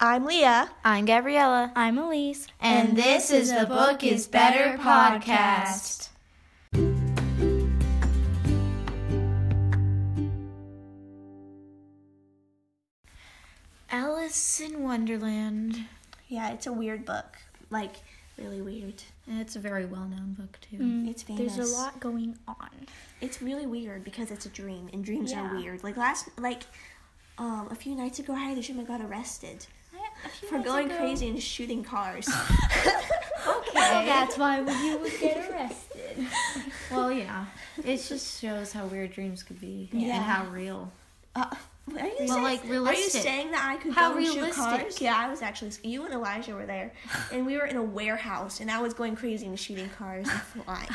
I'm Leah. I'm Gabriella. I'm Elise. And this is the Book is Better podcast. Alice in Wonderland. Yeah, it's a weird book. Like, really weird. And it's a very well known book, too. It's famous. Mm, There's a lot going on. It's really weird because it's a dream, and dreams are Yeah. weird. Like, last, like, um, a few nights ago, Harry the Shimmer got arrested for nights going ago- crazy and shooting cars. Well, that's why you would get arrested. Well, yeah. It just shows how weird dreams could be Yeah. and how real. Uh, are you saying, like, are you realistic. saying that I could How go and shoot realistic. cars? Yeah, I was actually. You and Elijah were there, and we were in a warehouse, and I was going crazy and shooting cars and flying.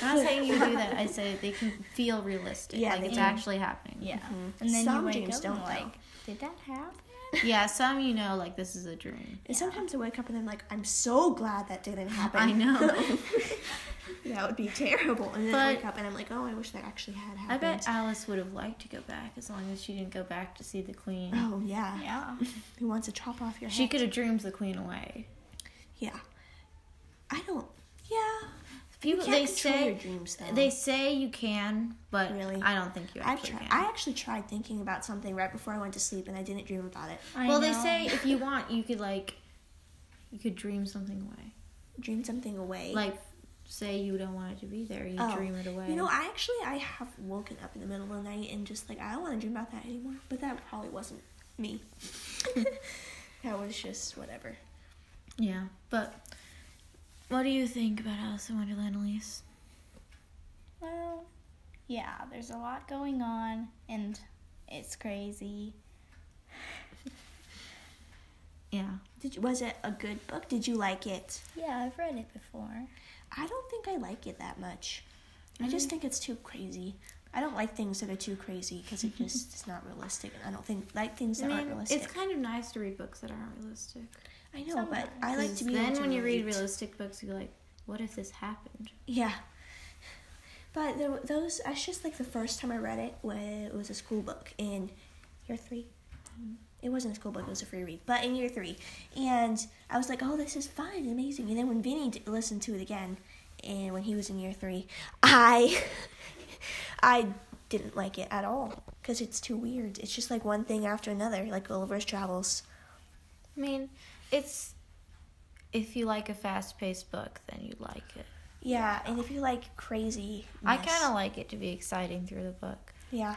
I'm not saying you do that. I say they can feel realistic. Yeah, like they it's do. actually happening. Yeah. And then Some you wake dreams up don't, and though. like, did that happen? Yeah, some you know, like this is a dream. And sometimes I wake up and I'm like, I'm so glad that didn't happen. I know. that would be terrible. And then I But- wake up and I'm like, oh, I wish that actually had I happened. bet Alice would have liked to go back as long as she didn't go back to see the queen. Oh yeah. Yeah. Who wants to chop off your head? She could have dreamed the queen away. Yeah. I don't. Yeah. People you can't they control say your dreams though. They say you can, but Really? I don't think you I've actually tried. can. I actually tried thinking about something right before I went to sleep, and I didn't dream about it. I well, they know. say if you want, you could like, you could dream something away. Dream something away. Like, say you don't want it to be there, you Oh. dream it away. You know, I actually I have woken up in the middle of the night and just like I don't want to dream about that anymore. But that probably wasn't me. that was just whatever. yeah, but what do you think about Alice in Wonderland, Elise? Well, yeah, there's a lot going on and it's crazy. Yeah, Did you, was it a good book? Did you like it? Yeah, I've read it before. I don't think I like it that much. I just think it's too crazy. I don't like things that are too crazy because it just is not realistic. And I don't think like things I that aren't mean, realistic. it's kind of nice to read books that aren't realistic. I know, but I like 'Cause to be. Then able to when you read relate. realistic books, you're like, what if this happened? Yeah. But there, were- those, that's just like the first time I read it when it was a school book in year three. It wasn't a school book, it was a free read, but in year three. And I was like, oh, this is fun, and amazing. And then when Vinny d- listened to it again, and when he was in year three, I, I didn't like it at all because it's too weird. It's just like one thing after another, like Gulliver's Travels. I mean, it's if you like a fast-paced book, then you like it. Yeah, and if you like crazy, I kind of like it to be exciting through the book. Yeah.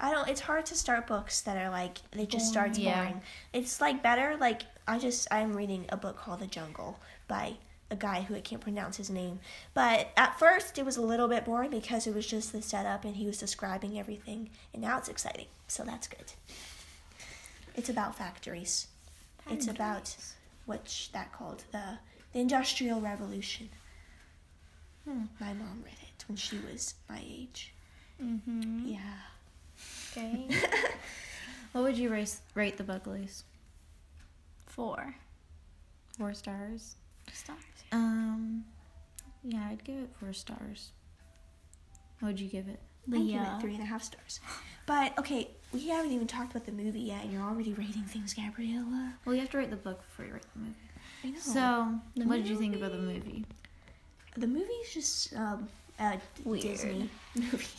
I don't it's hard to start books that are like they just start Boring. Yeah. boring. It's like better like I just I'm reading a book called The Jungle by a guy who I can't pronounce his name. But at first it was a little bit boring because it was just the setup and he was describing everything and now it's exciting. So that's good. It's about factories. It's about what's that called? The the Industrial Revolution. Hmm. My mom read it when she was my age. Hmm? Mm-hmm. Yeah. Okay. What would you race, rate the book, Elise? Four Four stars. stars. Um, yeah, I'd give it four stars. What would you give it? I give it three and a half stars. But okay, we haven't even talked about the movie yet, and you're already rating things, Gabriella. Well, you have to rate the book before you rate the movie. I know. So, The what did you think about the movie? the movie's just um, a Weird. Disney movie.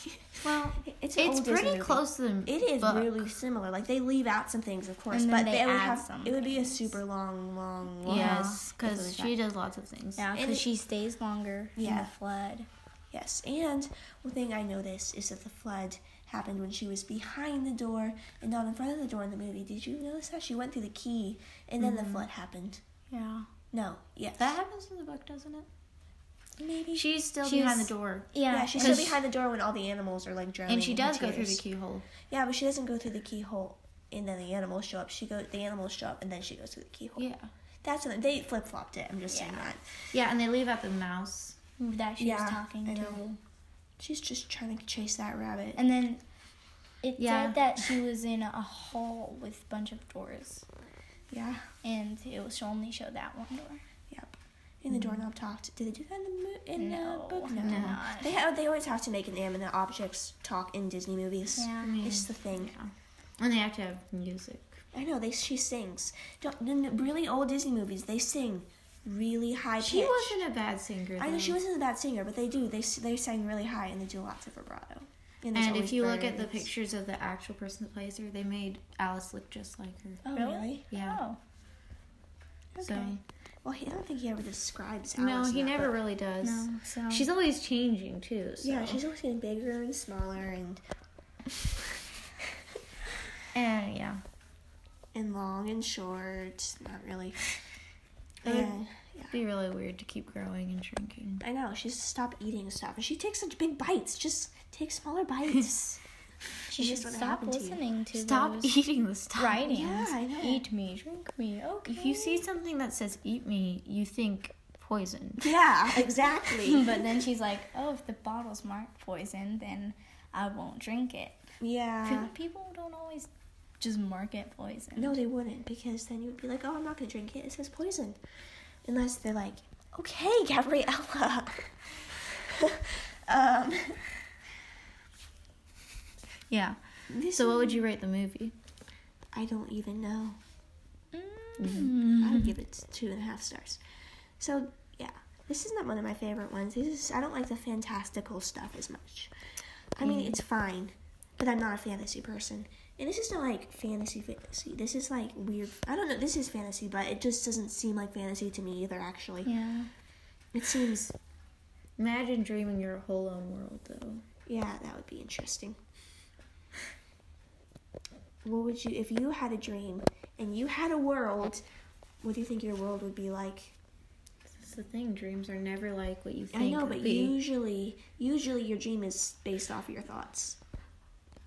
Well, it's an it's old Disney pretty movie. close to the It is book. really similar. Like they leave out some things, of course, And but then they, they would add have. some It would be a things. super long, long, long. Yes, if it because was she that. does lots of things. Yeah, And it- because she stays longer in Yeah. the flood. Yes, and one thing I noticed is that the flood happened when she was behind the door and not in front of the door in the movie. Did you notice that she went through the key and then the flood happened? Yeah. No. Yes. That happens in the book, doesn't it? Maybe. She's still She's- behind the door. Yeah. Yeah, she's still behind the door when all the animals are like drowning. And she in does go through the tears. keyhole. Yeah, but she doesn't go through the keyhole, and then the animals show up. She go, the animals show up, and then she goes through the keyhole. Yeah. That's what they flip flopped it. I'm just saying Yeah. that. Yeah, and they leave out the mouse. that she Yeah, was talking I to. know. She's just trying to chase that rabbit. And then it Yeah. said that she was in a hall with a bunch of doors, yeah, and it was she only showed that one door. yep. And Mm. the doorknob talked. Did they do that in the mo- in No, the book? No. no. not. They have, they always have to make inanimate objects talk in Disney movies. Yeah. It's the thing. And they have to have music. I know they. She sings. Don't, in the really old Disney movies, they sing really high. She pitch. wasn't a bad singer. I know she though. wasn't a bad singer, but they do. They s- they sang really high and they do lots of vibrato. there's And always if you look at the birds. pictures of the actual person that plays her, they made Alice look just like her. Oh Really? really? Yeah. Oh. So okay. Well, he, I don't think he ever describes. Alice no, in he that never book. really does. No. So She's always changing too. So. Yeah, she's always getting bigger and smaller and and Eh, yeah. and long and short. Not really. That would- And It'd be really weird to keep growing and shrinking. I know she's stop eating stuff, and she takes such big bites. Just take smaller bites. she It's should just gonna stop happen to you. listening to Stop those eating the stuff. writings. Yeah, I know. Eat me, drink me. Okay. If you see something that says "eat me," you think poison. Yeah, exactly. but then she's like, "Oh, if the bottle's marked poison, then I won't drink it." yeah. Pe- People don't always just mark it poison. No, they wouldn't, because then you'd be like, oh, I'm not gonna drink it. It says poison. Unless they're like, okay, Gabriella. um, Yeah. this So what would you rate the movie? I don't even know. I Mm. would give it two and a half stars. So yeah, this is not one of my favorite ones. This is I don't like the fantastical stuff as much. I mean, Mm-hmm. it's fine, but I'm not a fantasy person. And this is not like fantasy fantasy. This is like weird. I don't know. This is fantasy, but it just doesn't seem like fantasy to me either. Actually, Yeah. it seems Imagine dreaming your whole own world, though. yeah, that would be interesting. What would you if you had a dream and you had a world? What do you think your world would be like? That's the thing. Dreams are never like what you think. I know, they'll but be. usually, usually your dream is based off of your thoughts.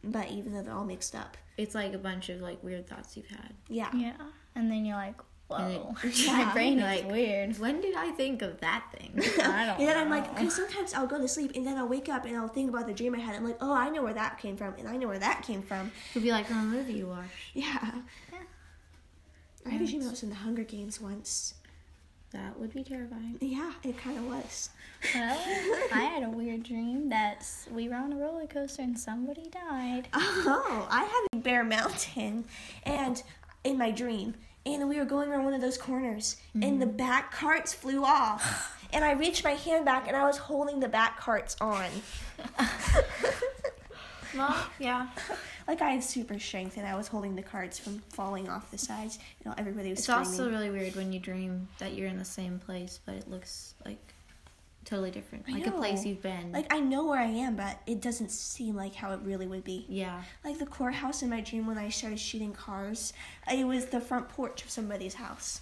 But even though they're all mixed up, it's like a bunch of like weird thoughts you've had. yeah, Yeah. And then you're like, And "Whoa, it- Oh. my Yeah. brain Like- is weird." When did I think of that thing? I don't and then I'm know. like, because sometimes I'll go to sleep and then I'll wake up and I'll think about the dream I had. I'm like, oh, I know where that came from, and I know where that came from. It'd be like the movie you watched. Yeah. Yeah. I had a dream I was in the Hunger Games once. That would be terrifying. Yeah, it kind of was. Well, I had a weird dream that s- we were on a roller coaster and somebody died. Oh, I had a Bear Mountain, and in my dream, and we were going around one of those corners, and the Mm-hmm. back carts flew off, and I reached my hand back, and I was holding the back carts on, Well, yeah. like I had super strength, and I was holding the carts from falling off the sides. You know, everybody was It's screaming. also really weird when you dream that you're in the same place, but it looks like totally different, I like a place know. you've been. like I know where I am, but it doesn't seem like how it really would be. yeah. Like the courthouse in my dream when I started shooting cars, it was the front porch of somebody's house.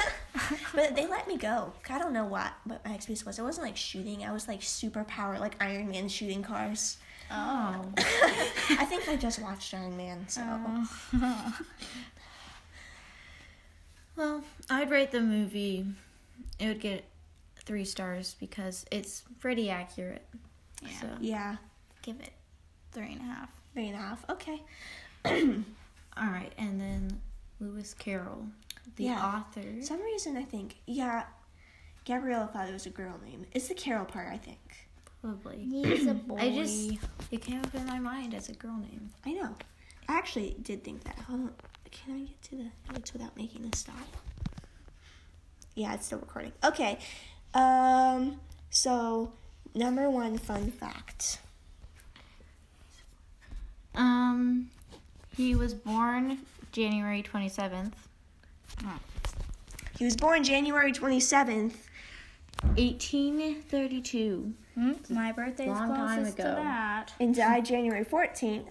but they let me go. I don't know what, but my excuse was it wasn't like shooting. I was like super power, like Iron Man shooting cars. Oh. I think I just watched Iron Man, so Oh. Well, I'd rate the movie. It would get three stars because it's pretty accurate. Yeah. So yeah, Give it three and a half. three and a half. Okay, all right, and then Lewis Carroll, the Yeah. author. some reason I think yeah, Gabriella thought it was a girl name. It's the Carol part, I think. Probably. He's a boy. I just it came up in my mind as a girl name. I know. I actually did think that. Hold on. Can I get to the notes without making this stop? Yeah, it's still recording. Okay. Um. So, number one fun fact. Um, he was born January twenty seventh, He was born January twenty seventh. eighteen thirty two. Hmm? My birthday's Long time closest to ago. that. and died January 14th,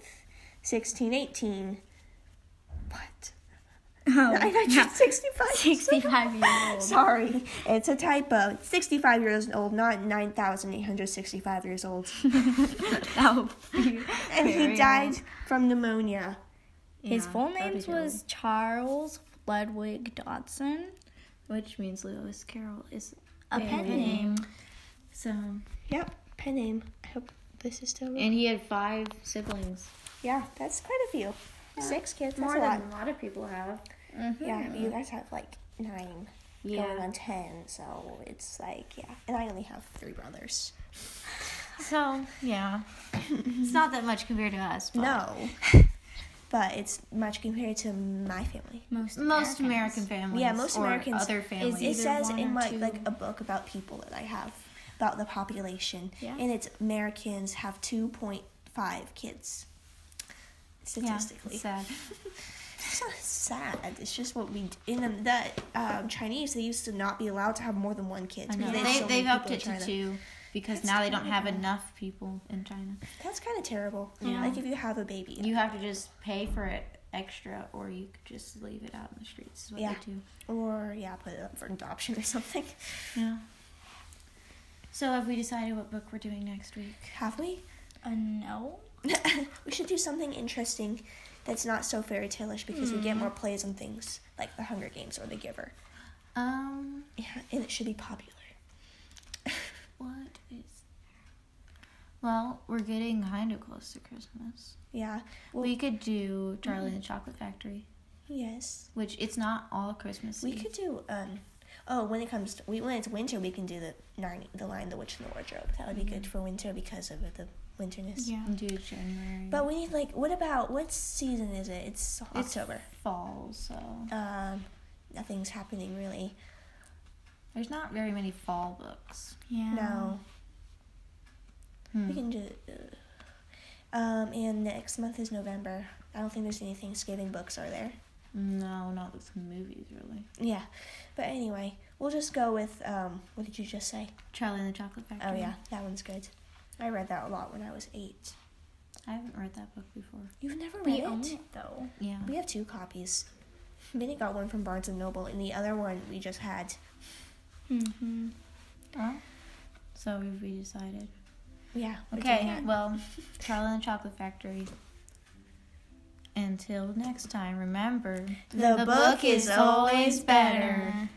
1618. What? Oh, 1965. 65 years old. Sorry, it's a typo. 65 years old, not 9,865 years old. Oh. and he Very died from pneumonia. His Yeah, full that'd be name terrible. was Charles Ludwig Dodson. which means Lewis Carroll is A pen name. So, Yep, pen name. I hope this is still. and he had five siblings, Yeah, that's quite a few. Six kids, that's more a lot. than a lot of people have. Yeah, you guys have like nine. Going on ten, so it's like yeah, and I only have three brothers. So yeah, it's not that much compared to us. But No, but it's much compared to my family. Most Most American Americans. families. Yeah, most or Americans Other families. It either says one in or my two. like a book about people that I have about the population, Yeah. and it's Americans have two point five kids statistically. Yeah, sad. It's not sad. It's just what we in the, that um, Chinese they used to not be allowed to have more than one kid. I know. because They, have so many they've upped people in it China. to two because That's now they don't have terrible. enough people in China. That's kind of terrible. Yeah. Like if you have a baby. You have to just pay for it extra, or you could just leave it out in the streets. Is what Yeah. they do. or yeah, put it up for adoption or something. Yeah. So have we decided what book we're doing next week? Have we? Uh, no. we should do something interesting that's not so fairy tale-ish because we get Mm. more plays on things like The Hunger Games or The Giver. Um, Yeah, and it should be popular. what is? Well, we're getting kind of close to Christmas. Yeah. Well, we could do Charlie and the Chocolate Factory, yes. which it's not all Christmas. We could do um oh, when it comes to, we when it's winter we can do the Narnia, the Lion, the Witch and the Wardrobe. That would be good for winter because of the winterness. Yeah. do January. But we need like what about what season is it? It's It's- October. fall, so Um nothing's happening really. there's not very many fall books. Yeah. No. Hmm. Mm. We can do. Uh, um, and next month is November. I don't think there's any Thanksgiving books, are there? No, not with movies really. Yeah, but anyway, we'll just go with um. What did you just say? Charlie and the Chocolate Factory. Oh yeah, that one's good. I read that a lot when I was eight. I haven't read that book before. You've never read We it? own it though. Yeah. We have two copies. Minnie got one from Barnes and Noble, and the other one we just had. Mm-hmm. So we- we decided. Yeah. we're doing Okay, that. well, Charlie and the Chocolate Factory. Until next time, remember The book is always better.